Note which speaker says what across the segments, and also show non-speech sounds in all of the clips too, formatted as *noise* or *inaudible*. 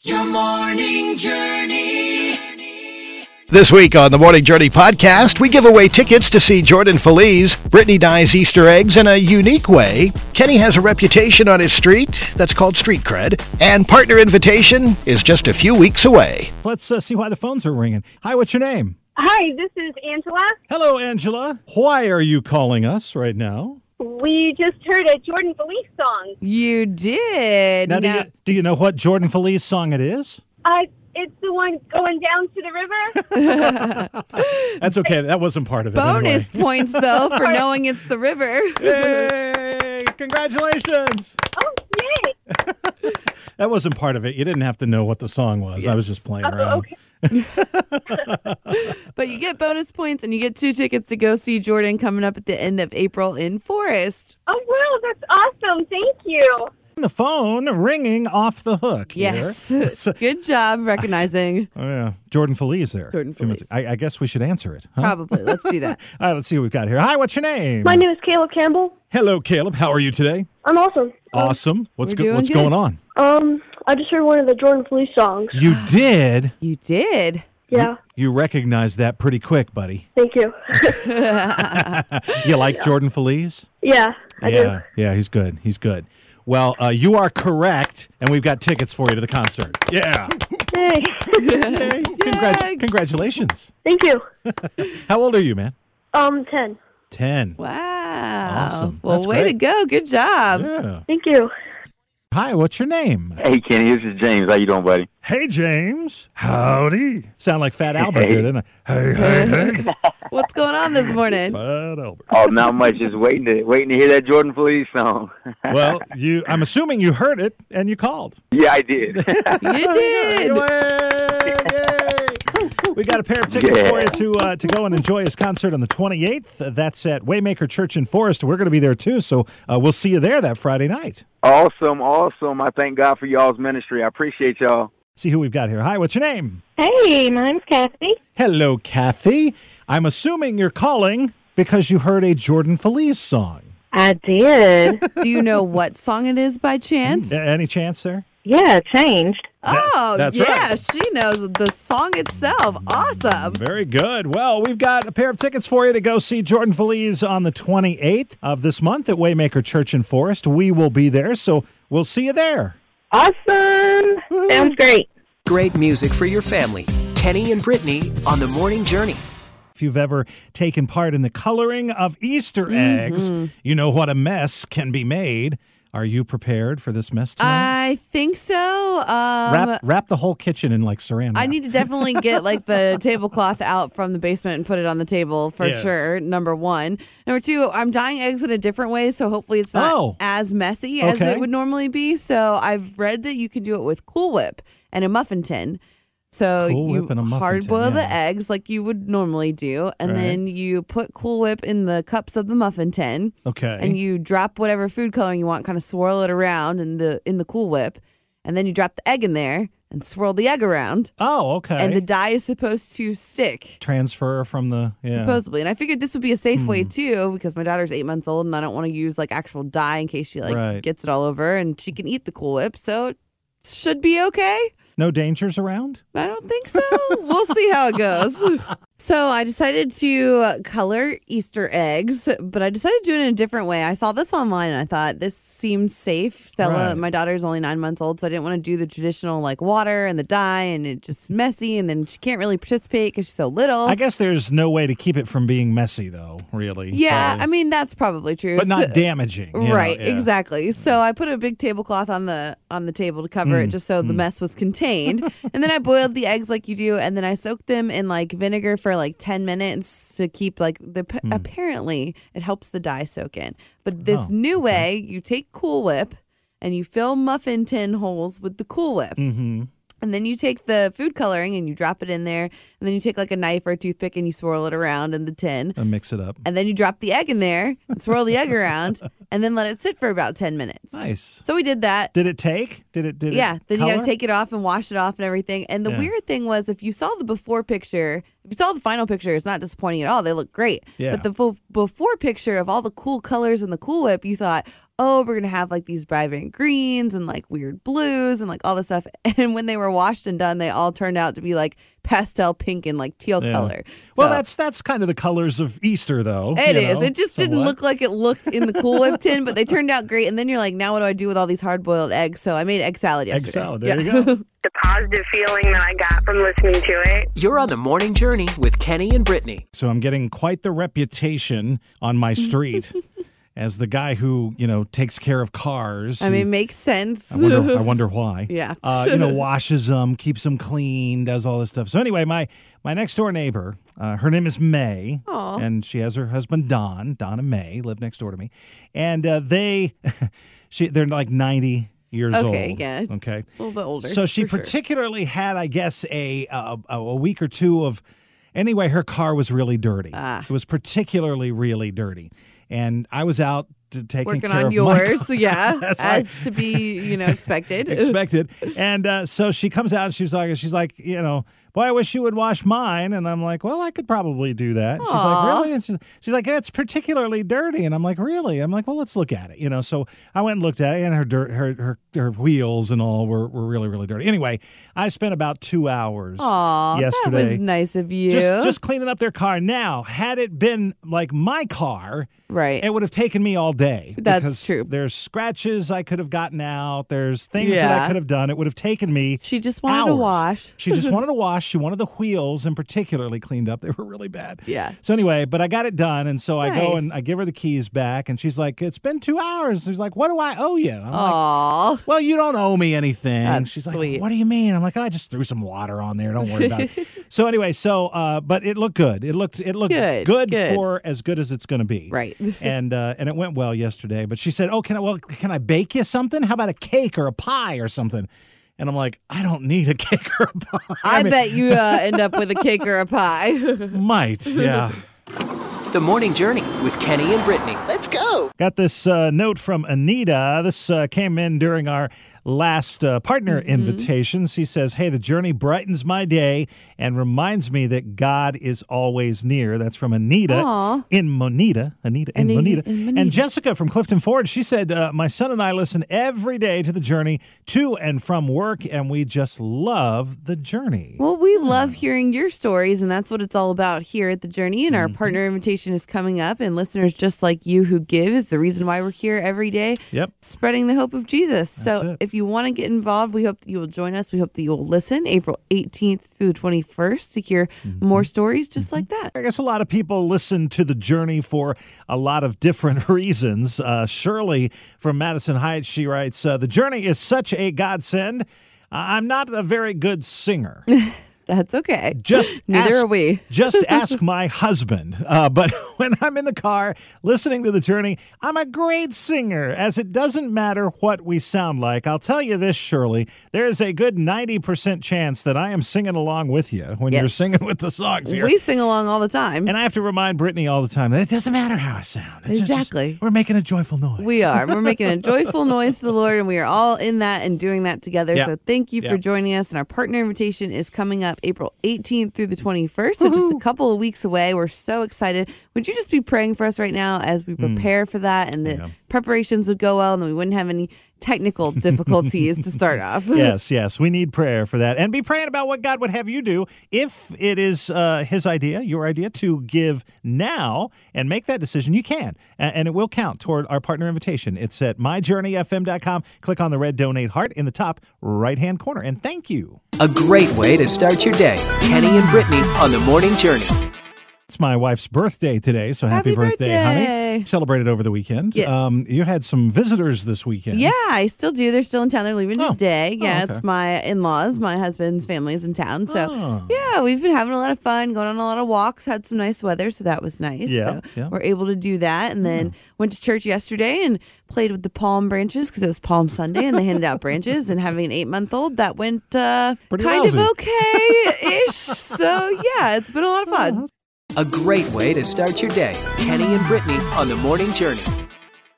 Speaker 1: Your morning journey.
Speaker 2: This week on the Morning Journey podcast, we give away tickets to see Jordan Feliz. Brittany dyes Easter eggs in a unique way. Kenny has a reputation on his street that's called street cred. And partner invitation is just a few weeks away.
Speaker 3: Let's uh, see why the phones are ringing. Hi, what's your name?
Speaker 4: Hi, this is Angela.
Speaker 3: Hello, Angela. Why are you calling us right now?
Speaker 4: We just heard a Jordan Felice song.
Speaker 5: You did.
Speaker 3: Now, do,
Speaker 5: Now-
Speaker 3: you, do you know what Jordan Feliz song it is?
Speaker 4: Uh, it's the one going down to the river.
Speaker 3: That's okay. That wasn't part of it. *laughs*
Speaker 5: bonus points though for knowing it's the river.
Speaker 3: Anyway. Yay! Congratulations.
Speaker 4: oh, yay.
Speaker 3: That wasn't part of it. You didn't have to know what the song was. I was just playing around.
Speaker 4: okay.
Speaker 5: But you get bonus points and you get two tickets to go see Jordan coming up at the end of April in Forest.
Speaker 4: Oh, wow, that's awesome. Thank you.
Speaker 3: The phone ringing off the hook. here. *laughs*
Speaker 5: Yes. Good job recognizing.
Speaker 3: Oh, yeah. Jordan Feliz there.
Speaker 5: Jordan
Speaker 3: Few minutes-
Speaker 5: Feliz.
Speaker 3: I, I guess we should answer it. *laughs* Huh?
Speaker 5: Probably. Let's
Speaker 3: *laughs*
Speaker 5: do that.
Speaker 3: All right, let's see what we've got here. Hi, what's your name?
Speaker 6: My name is Caleb Campbell.
Speaker 3: Hello, Caleb. How are you today?
Speaker 6: I'm awesome.
Speaker 3: Awesome. What's
Speaker 5: Um,
Speaker 3: go-
Speaker 5: we're doing
Speaker 3: what's
Speaker 5: good.
Speaker 3: going on?
Speaker 6: Um, I just heard one of the Jordan Felice songs.
Speaker 3: You
Speaker 5: *gasps*
Speaker 3: did.
Speaker 5: You did.
Speaker 6: Yeah,
Speaker 3: You recognized that pretty quick, buddy.
Speaker 6: thank you. *laughs*
Speaker 3: You like Jordan Feliz?
Speaker 6: yeah, I
Speaker 3: yeah, yeah, he's good. He's good. Well, uh, you are correct, and we've got tickets for you to the concert. Yeah.
Speaker 6: do. Hey,
Speaker 3: Yay. Congrats-
Speaker 5: Yay.
Speaker 3: congratulations.
Speaker 6: *laughs* thank you.
Speaker 3: How old are you, man?
Speaker 6: Um, ten.
Speaker 3: 10.
Speaker 5: Wow.
Speaker 3: Awesome.
Speaker 5: Well,
Speaker 3: That's
Speaker 5: way to
Speaker 3: great.
Speaker 5: go. Good job.
Speaker 3: Yeah.
Speaker 6: Thank you.
Speaker 3: Hi, what's your name?
Speaker 7: Hey Kenny, this is James. How you doing, buddy?
Speaker 3: Hey, James. Howdy. Sound like Fat Albert
Speaker 7: Hey.
Speaker 3: there, didn't I? Hey, hey, hey.
Speaker 5: What's going
Speaker 3: *laughs*
Speaker 5: on this morning?
Speaker 3: Fat Albert.
Speaker 7: Oh, not much. Just waiting to waiting to hear that Jordan Felice song. *laughs*
Speaker 3: Well, you. I'm assuming you heard it and you called.
Speaker 7: yeah, I *laughs* did.
Speaker 5: You did.
Speaker 3: We got a pair of tickets
Speaker 7: Yeah.
Speaker 3: for you to uh, to go and enjoy his concert on the 28th. Uh, That's at Waymaker Church in Forest. We're going to be there too, so uh, we'll see you there that Friday night.
Speaker 7: awesome, awesome. I thank God for y'all's ministry. I appreciate y'all.
Speaker 3: See who we've got here. Hi, what's your name?
Speaker 6: Hey, my name's Kathy.
Speaker 3: Hello, Kathy. I'm assuming you're calling because you heard a Jordan Feliz song.
Speaker 6: I did.
Speaker 5: Do you know what song it is by chance?
Speaker 3: A- any chance there?
Speaker 6: *laughs* yeah, changed.
Speaker 5: Oh,
Speaker 3: that's
Speaker 5: yeah.
Speaker 3: right.
Speaker 5: She knows the song itself. Awesome.
Speaker 3: Very good. Well, we've got a pair of tickets for you to go see Jordan Feliz on the 28th of this month at Waymaker Church in Forest. We will be there, so we'll see you there.
Speaker 6: Awesome. Sounds great.
Speaker 1: Great music for your family. Kenny and Brittany on the morning journey.
Speaker 3: If you've ever taken part in the coloring of Easter eggs,
Speaker 5: Mm-hmm.
Speaker 3: you know what a mess can be made. Are you prepared for this mess tonight?
Speaker 5: I think so. Um,
Speaker 3: wrap, wrap the whole kitchen in like saran wrap.
Speaker 5: I need to definitely get
Speaker 3: *laughs*
Speaker 5: like the tablecloth out from the basement and put it on the table for
Speaker 3: Yes.
Speaker 5: sure. Number one. Number two, I'm dyeing eggs in a different way, so hopefully it's not
Speaker 3: Oh.
Speaker 5: as messy as
Speaker 3: Okay.
Speaker 5: it would normally be. So I've read that you can do it with Cool Whip and a muffin tin. So
Speaker 3: Cool
Speaker 5: you
Speaker 3: Whip and a muffin
Speaker 5: hard boil
Speaker 3: tin,
Speaker 5: the
Speaker 3: yeah.
Speaker 5: eggs like you would normally do, and
Speaker 3: Right.
Speaker 5: then you put Cool Whip in the cups of the muffin tin
Speaker 3: okay.
Speaker 5: and you drop whatever food coloring you want, kind of swirl it around in the in the Cool Whip, and then you drop the egg in there and swirl the egg around,
Speaker 3: oh, okay.
Speaker 5: and the dye is supposed to stick.
Speaker 3: transfer from the yeah. Hmm.
Speaker 5: Supposedly, and I figured this would be a safe way too because my daughter's eight months old, and I don't want to use like actual dye in case she like
Speaker 3: Right.
Speaker 5: gets it all over, and she can eat the Cool Whip, so it should be okay.
Speaker 3: no dangers around.
Speaker 5: I don't
Speaker 3: *laughs*
Speaker 5: think so. we'll see how it goes. So I decided to uh, color Easter eggs, but I decided to do it in a different way. I saw this online and I thought this seems safe. Stella,
Speaker 3: Right.
Speaker 5: my daughter's only nine months old, so I didn't want to do the traditional like water and the dye, and it's just messy, and then she can't really participate because she's so little.
Speaker 3: I guess there's no way to keep it from being messy though, really.
Speaker 5: yeah,
Speaker 3: So-
Speaker 5: I mean that's probably true.
Speaker 3: but
Speaker 5: So-
Speaker 3: not damaging. you know,
Speaker 5: right
Speaker 3: yeah. Mm.
Speaker 5: exactly so i put a big tablecloth on the on the table to cover it just so
Speaker 3: mm.
Speaker 5: the mess was contained
Speaker 3: *laughs*
Speaker 5: and then i boiled the eggs like you do and then i soaked them in like vinegar for like 10 minutes to keep like the apparently it helps the dye soak in but this
Speaker 3: Mm. Oh,
Speaker 5: new way you take cool whip and you fill muffin tin holes with the cool whip
Speaker 3: Mhm.
Speaker 5: and then you take the food coloring and you drop it in there and then you take like a knife or a toothpick and you swirl it around in the tin
Speaker 3: And mix it up.
Speaker 5: and then you drop the egg in there and
Speaker 3: *laughs*
Speaker 5: swirl the egg around and then let it sit for about 10 minutes.
Speaker 3: Nice.
Speaker 5: So we did that.
Speaker 3: Did it take? Did it did
Speaker 5: yeah,
Speaker 3: it
Speaker 5: then you got
Speaker 3: color?
Speaker 5: to take it off and wash it off and everything. And the
Speaker 3: Yeah.
Speaker 5: weird thing was, if you saw the before picture, if you saw the final picture, it's not disappointing at all. They look great.
Speaker 3: Yeah.
Speaker 5: But the full before picture of all the cool colors and the Cool Whip, you thought, oh, we're gonna have like these vibrant greens and like weird blues and like all this stuff. *laughs* And when they were washed and done, they all turned out to be like pastel pink and like teal
Speaker 3: Yeah.
Speaker 5: color.
Speaker 3: Well,
Speaker 5: So-
Speaker 3: that's that's kind of the colors of Easter, though.
Speaker 5: It
Speaker 3: you
Speaker 5: is.
Speaker 3: know,
Speaker 5: It just didn't
Speaker 3: somewhat.
Speaker 5: look like it looked in the Cool Whip tin, but they turned out great. And then you're like, now what do I do with all these hard boiled eggs? So I made egg salad yesterday.
Speaker 3: Egg salad. There
Speaker 5: Yeah.
Speaker 3: you go.
Speaker 4: The positive feeling that I got from listening to it.
Speaker 1: You're on the morning journey with Kenny and Brittany.
Speaker 3: So I'm getting quite the reputation on my
Speaker 5: *laughs*
Speaker 3: street as the guy who you know takes care of cars.
Speaker 5: I mean, makes sense.
Speaker 3: I
Speaker 5: *laughs*
Speaker 3: wonder, I wonder why.
Speaker 5: Yeah.
Speaker 3: Uh, you know, washes them, keeps them clean, does all this stuff. So anyway, my my next door neighbor, uh, her name is May,
Speaker 5: Aw.
Speaker 3: and she has her husband Don. Don and May live next door to me, and uh, they, *laughs* she, they're like ninety years
Speaker 5: Okay,
Speaker 3: old.
Speaker 5: yeah.
Speaker 3: Okay.
Speaker 5: a little bit older.
Speaker 3: So she
Speaker 5: for sure.
Speaker 3: particularly had, I guess, a, a a a week or two of. Anyway, her car was really dirty.
Speaker 5: Ah.
Speaker 3: It was particularly really dirty, and I was out to taking
Speaker 5: working
Speaker 3: care
Speaker 5: on
Speaker 3: of my *laughs*
Speaker 5: yours, *laughs* yeah,
Speaker 3: That's
Speaker 5: as
Speaker 3: right.
Speaker 5: to be you know expected. *laughs*
Speaker 3: expected. And uh, so she comes out and she's like, she's like, you know, boy, I wish you would wash mine. And I'm like, well, I could probably do that. And she's like,
Speaker 5: Aw.
Speaker 3: really? And she's, she's like, it's particularly dirty. And I'm like, really? I'm like, well, let's look at it. You know, so I went and looked at it, and her dirt, her her, her wheels and all were, were really really dirty. Anyway, I spent about two hours
Speaker 5: Aw,
Speaker 3: yesterday.
Speaker 5: that was nice of you.
Speaker 3: just, just cleaning up their car. Now, had it been like my car,
Speaker 5: right.
Speaker 3: it would have taken me all day.
Speaker 5: That's
Speaker 3: because
Speaker 5: true.
Speaker 3: There's scratches I could have gotten out. There's things that I
Speaker 5: Yeah.
Speaker 3: could have done. It would have taken me.
Speaker 5: she just wanted to
Speaker 3: hours.
Speaker 5: wash.
Speaker 3: she
Speaker 5: *laughs*
Speaker 3: just wanted to wash. She wanted the wheels in particularly cleaned up. *laughs* They were really bad.
Speaker 5: Yeah.
Speaker 3: So anyway, but I got it done, and so I go
Speaker 5: Nice.
Speaker 3: and I give her the keys back, and she's like, "It's been two hours." She's like, "What do I owe you?" I'm like,
Speaker 5: Aw,
Speaker 3: well, you don't owe me anything.
Speaker 5: That's
Speaker 3: She's like,
Speaker 5: sweet.
Speaker 3: what do you mean? I'm like, I just threw some water on there. Don't worry about
Speaker 5: *laughs*
Speaker 3: it. So anyway, so uh, but it looked good. It looked it looked
Speaker 5: Good, good.
Speaker 3: for as good as it's going to be.
Speaker 5: Right. *laughs*
Speaker 3: and uh, and it went well yesterday. But she said, oh, can I well can I bake you something? How about a cake or a pie or something? And I'm like, I don't need a *laughs* cake or a pie.
Speaker 5: I,
Speaker 3: mean,
Speaker 5: bet you uh, end up
Speaker 3: *laughs*
Speaker 5: with a cake or a pie. *laughs*
Speaker 3: might. Yeah.
Speaker 1: The morning journey with Kenny and Brittany.
Speaker 3: Got this uh, note from Anita. This uh, came in during our last uh, partner
Speaker 5: Mm-hmm.
Speaker 3: invitations. She says, Hey, the journey brightens my day and reminds me that God is always near. That's from Anita
Speaker 5: Aw.
Speaker 3: in Monita. Anita in
Speaker 5: Ani-
Speaker 3: Monita.
Speaker 5: in Moneta.
Speaker 3: And Jessica from Clifton Ford, she said, uh, My son and I listen every day to the journey to and from work, and we just love the journey.
Speaker 5: Well, we love hearing your stories, and that's what it's all about here at The Journey. And our
Speaker 3: Mm-hmm.
Speaker 5: partner invitation is coming up, and listeners just like you who give is the reason why we're here every day,
Speaker 3: Yep.
Speaker 5: spreading the hope of Jesus.
Speaker 3: That's
Speaker 5: so
Speaker 3: it.
Speaker 5: if you want to get involved, we hope that you will join us. We hope that you will listen April 18th through the 21st to hear
Speaker 3: Mm-hmm.
Speaker 5: more stories just like that.
Speaker 3: I guess a lot of people listen to the journey for a lot of different *laughs* reasons. Uh, Shirley from Madison Heights, she writes, uh, "The journey is such a godsend. I- I'm not a very good
Speaker 5: *laughs*
Speaker 3: singer.
Speaker 5: That's okay.
Speaker 3: Just
Speaker 5: Neither
Speaker 3: ask-
Speaker 5: are we.
Speaker 3: *laughs*
Speaker 5: *laughs*
Speaker 3: Just ask my husband. Uh, but *laughs* when I'm in the car listening to the journey, I'm a great singer, as it doesn't matter what we sound like. I'll tell you this, Shirley: there is a good 90% chance that I am singing along with you when you're
Speaker 5: Yes.
Speaker 3: singing with the songs here.
Speaker 5: We sing along all the time.
Speaker 3: And I have to remind Brittany all the time that it doesn't matter how I sound. It's just-
Speaker 5: Exactly.
Speaker 3: we're making a joyful noise.
Speaker 5: We are. We're making a joyful noise to the Lord, and we are all in that and doing that together.
Speaker 3: Yeah.
Speaker 5: So thank you
Speaker 3: Yeah.
Speaker 5: for joining us. And our partner invitation is coming up April 18th through the 21st. So just a couple of weeks away. We're so excited. Would you just be praying for us right now as we
Speaker 3: Mm.
Speaker 5: prepare for that and the preparations would go well and we wouldn't have any
Speaker 3: *laughs*
Speaker 5: technical difficulties to start
Speaker 3: *laughs*
Speaker 5: off?
Speaker 3: Yes, yes. We need prayer for that. And be praying about what God would have you do if it is uh, His idea, your idea, to give now and make that decision. You can. A- And it will count toward our partner invitation. It's at myjourneyfm.com. Click on the red donate heart in the top right hand corner. And thank you.
Speaker 1: A great way to start your day. Kenny and Brittany on the morning journey.
Speaker 3: It's my wife's birthday today, so happy,
Speaker 5: Happy
Speaker 3: honey.
Speaker 5: birthday.
Speaker 3: Celebrated over the weekend.
Speaker 5: Yes.
Speaker 3: Um, you had some visitors this weekend.
Speaker 5: *laughs* Yeah, I still do. They're still in town. They're leaving
Speaker 3: Oh.
Speaker 5: today.
Speaker 3: Oh,
Speaker 5: Yeah,
Speaker 3: okay.
Speaker 5: it's my in laws. My husband's family is in town. So,
Speaker 3: Oh.
Speaker 5: yeah, we've been having a lot of fun, going on a lot of walks, had some nice weather. So, that was nice.
Speaker 3: Yeah,
Speaker 5: So,
Speaker 3: yeah.
Speaker 5: we're able to do that. And then went to church yesterday and played with the palm branches because it was Palm Sunday and they handed out branches. And having an eight month old, that went uh,
Speaker 3: Pretty
Speaker 5: kind
Speaker 3: lousy.
Speaker 5: of okay
Speaker 3: *laughs*
Speaker 5: ish. so, yeah, it's been a
Speaker 3: Oh,
Speaker 5: lot of fun.
Speaker 1: A great way to start your day. Kenny and Brittany on the morning journey.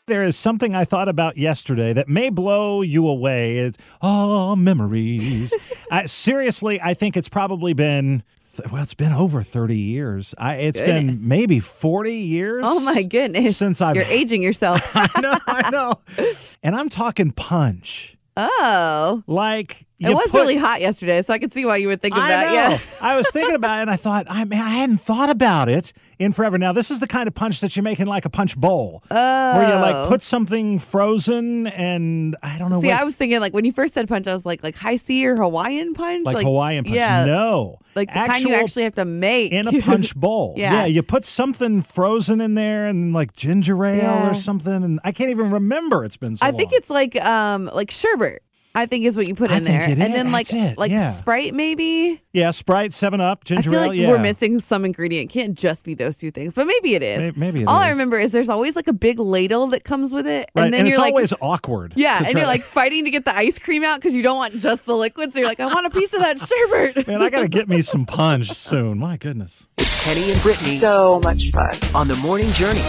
Speaker 3: There is something I thought about yesterday that may blow you
Speaker 5: *laughs*
Speaker 3: away. It's oh memories. I, seriously, I think it's probably been th- well, it's been over 30 years. I it's
Speaker 5: Goodness.
Speaker 3: been maybe 40 years.
Speaker 5: Oh my goodness.
Speaker 3: Since I've
Speaker 5: You're aging yourself.
Speaker 3: *laughs* I know, I know. And I'm talking punch.
Speaker 5: oh.
Speaker 3: Like
Speaker 5: It
Speaker 3: you
Speaker 5: was
Speaker 3: put-
Speaker 5: really hot yesterday, so I could see why you would think of
Speaker 3: I
Speaker 5: that.
Speaker 3: know.
Speaker 5: Yeah.
Speaker 3: I was thinking about it and I thought, I man, I hadn't thought about it in forever. Now, this is the kind of punch that you make in like a punch bowl. Where you like
Speaker 5: Oh.
Speaker 3: put something frozen and I don't know
Speaker 5: See,
Speaker 3: what
Speaker 5: I was thinking like when you first said punch, I was like like high C or Hawaiian punch,
Speaker 3: like, Hawaiian punch.
Speaker 5: Yeah,
Speaker 3: No.
Speaker 5: like the kind you actually *laughs* have to make
Speaker 3: in a punch bowl.
Speaker 5: Yeah.
Speaker 3: you put something frozen in there and like ginger ale
Speaker 5: Yeah.
Speaker 3: or something and I can't even remember it's been so
Speaker 5: I think
Speaker 3: long.
Speaker 5: it's like um like sherbet. I think is what you put
Speaker 3: I
Speaker 5: in
Speaker 3: think
Speaker 5: there,
Speaker 3: it
Speaker 5: and
Speaker 3: is.
Speaker 5: then like
Speaker 3: That's it.
Speaker 5: like
Speaker 3: Yeah.
Speaker 5: Sprite maybe.
Speaker 3: Yeah, Sprite, 7 Up,
Speaker 5: I
Speaker 3: ginger
Speaker 5: feel
Speaker 3: ale.
Speaker 5: like
Speaker 3: yeah.
Speaker 5: we're missing some ingredient. It can't just be those two things, but maybe it is.
Speaker 3: May- maybe it
Speaker 5: all I
Speaker 3: is.
Speaker 5: remember is there's always like a big ladle that comes with it,
Speaker 3: Right.
Speaker 5: and then
Speaker 3: it's
Speaker 5: you're like,
Speaker 3: always awkward.
Speaker 5: yeah,
Speaker 3: to
Speaker 5: and
Speaker 3: try-
Speaker 5: you're like fighting to get the ice cream out because you don't want just the liquids. you're like, I want a piece
Speaker 3: *laughs*
Speaker 5: of that sherbet.
Speaker 3: *laughs* Man, I got to get me some punch soon. My goodness.
Speaker 1: It's Kenny and Brittany
Speaker 6: So much fun.
Speaker 1: on the morning journey.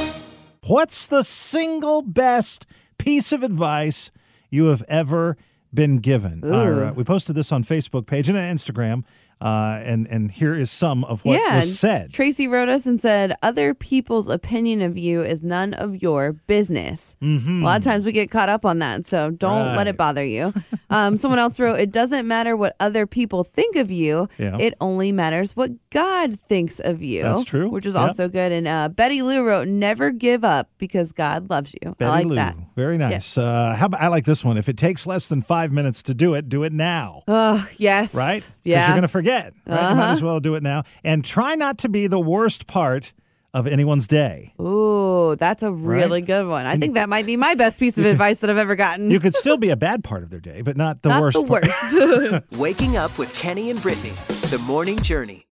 Speaker 3: What's the single best piece of advice you have ever been given? Our, uh, we posted this on Facebook page and on Instagram, uh, and and here is some of what
Speaker 5: yeah, and
Speaker 3: was said.
Speaker 5: Tracy wrote us and said, "Other people's opinion of you is none of your business."
Speaker 3: Mhm.
Speaker 5: A lot of times we get caught up on that, so don't let
Speaker 3: Right.
Speaker 5: it bother you.
Speaker 3: *laughs*
Speaker 5: Um, someone else wrote, "It doesn't matter what other people think of you;
Speaker 3: Yeah.
Speaker 5: it only matters what God thinks of you."
Speaker 3: That's true.
Speaker 5: which is
Speaker 3: Yep.
Speaker 5: also good. And uh, Betty Lou wrote, "Never give up because God loves you."
Speaker 3: Betty
Speaker 5: I like
Speaker 3: Lou,
Speaker 5: that.
Speaker 3: very nice.
Speaker 5: Yes.
Speaker 3: Uh, how about I like this one? If it takes less than five minutes to do it, do it now.
Speaker 5: Oh yes,
Speaker 3: right? Because
Speaker 5: Yeah, Uh-huh.
Speaker 3: you're going to forget. Right? You might as well do it now. And try not to be the worst part of anyone's day.
Speaker 5: Ooh, that's a really good one. I think that might be my
Speaker 3: *laughs*
Speaker 5: best piece of advice that I've ever gotten.
Speaker 3: You could still be a bad part of their day, but not the
Speaker 5: Not
Speaker 3: worst
Speaker 5: the
Speaker 3: part.
Speaker 5: worst. *laughs*
Speaker 1: Waking up with Kenny and Brittany. The morning journey.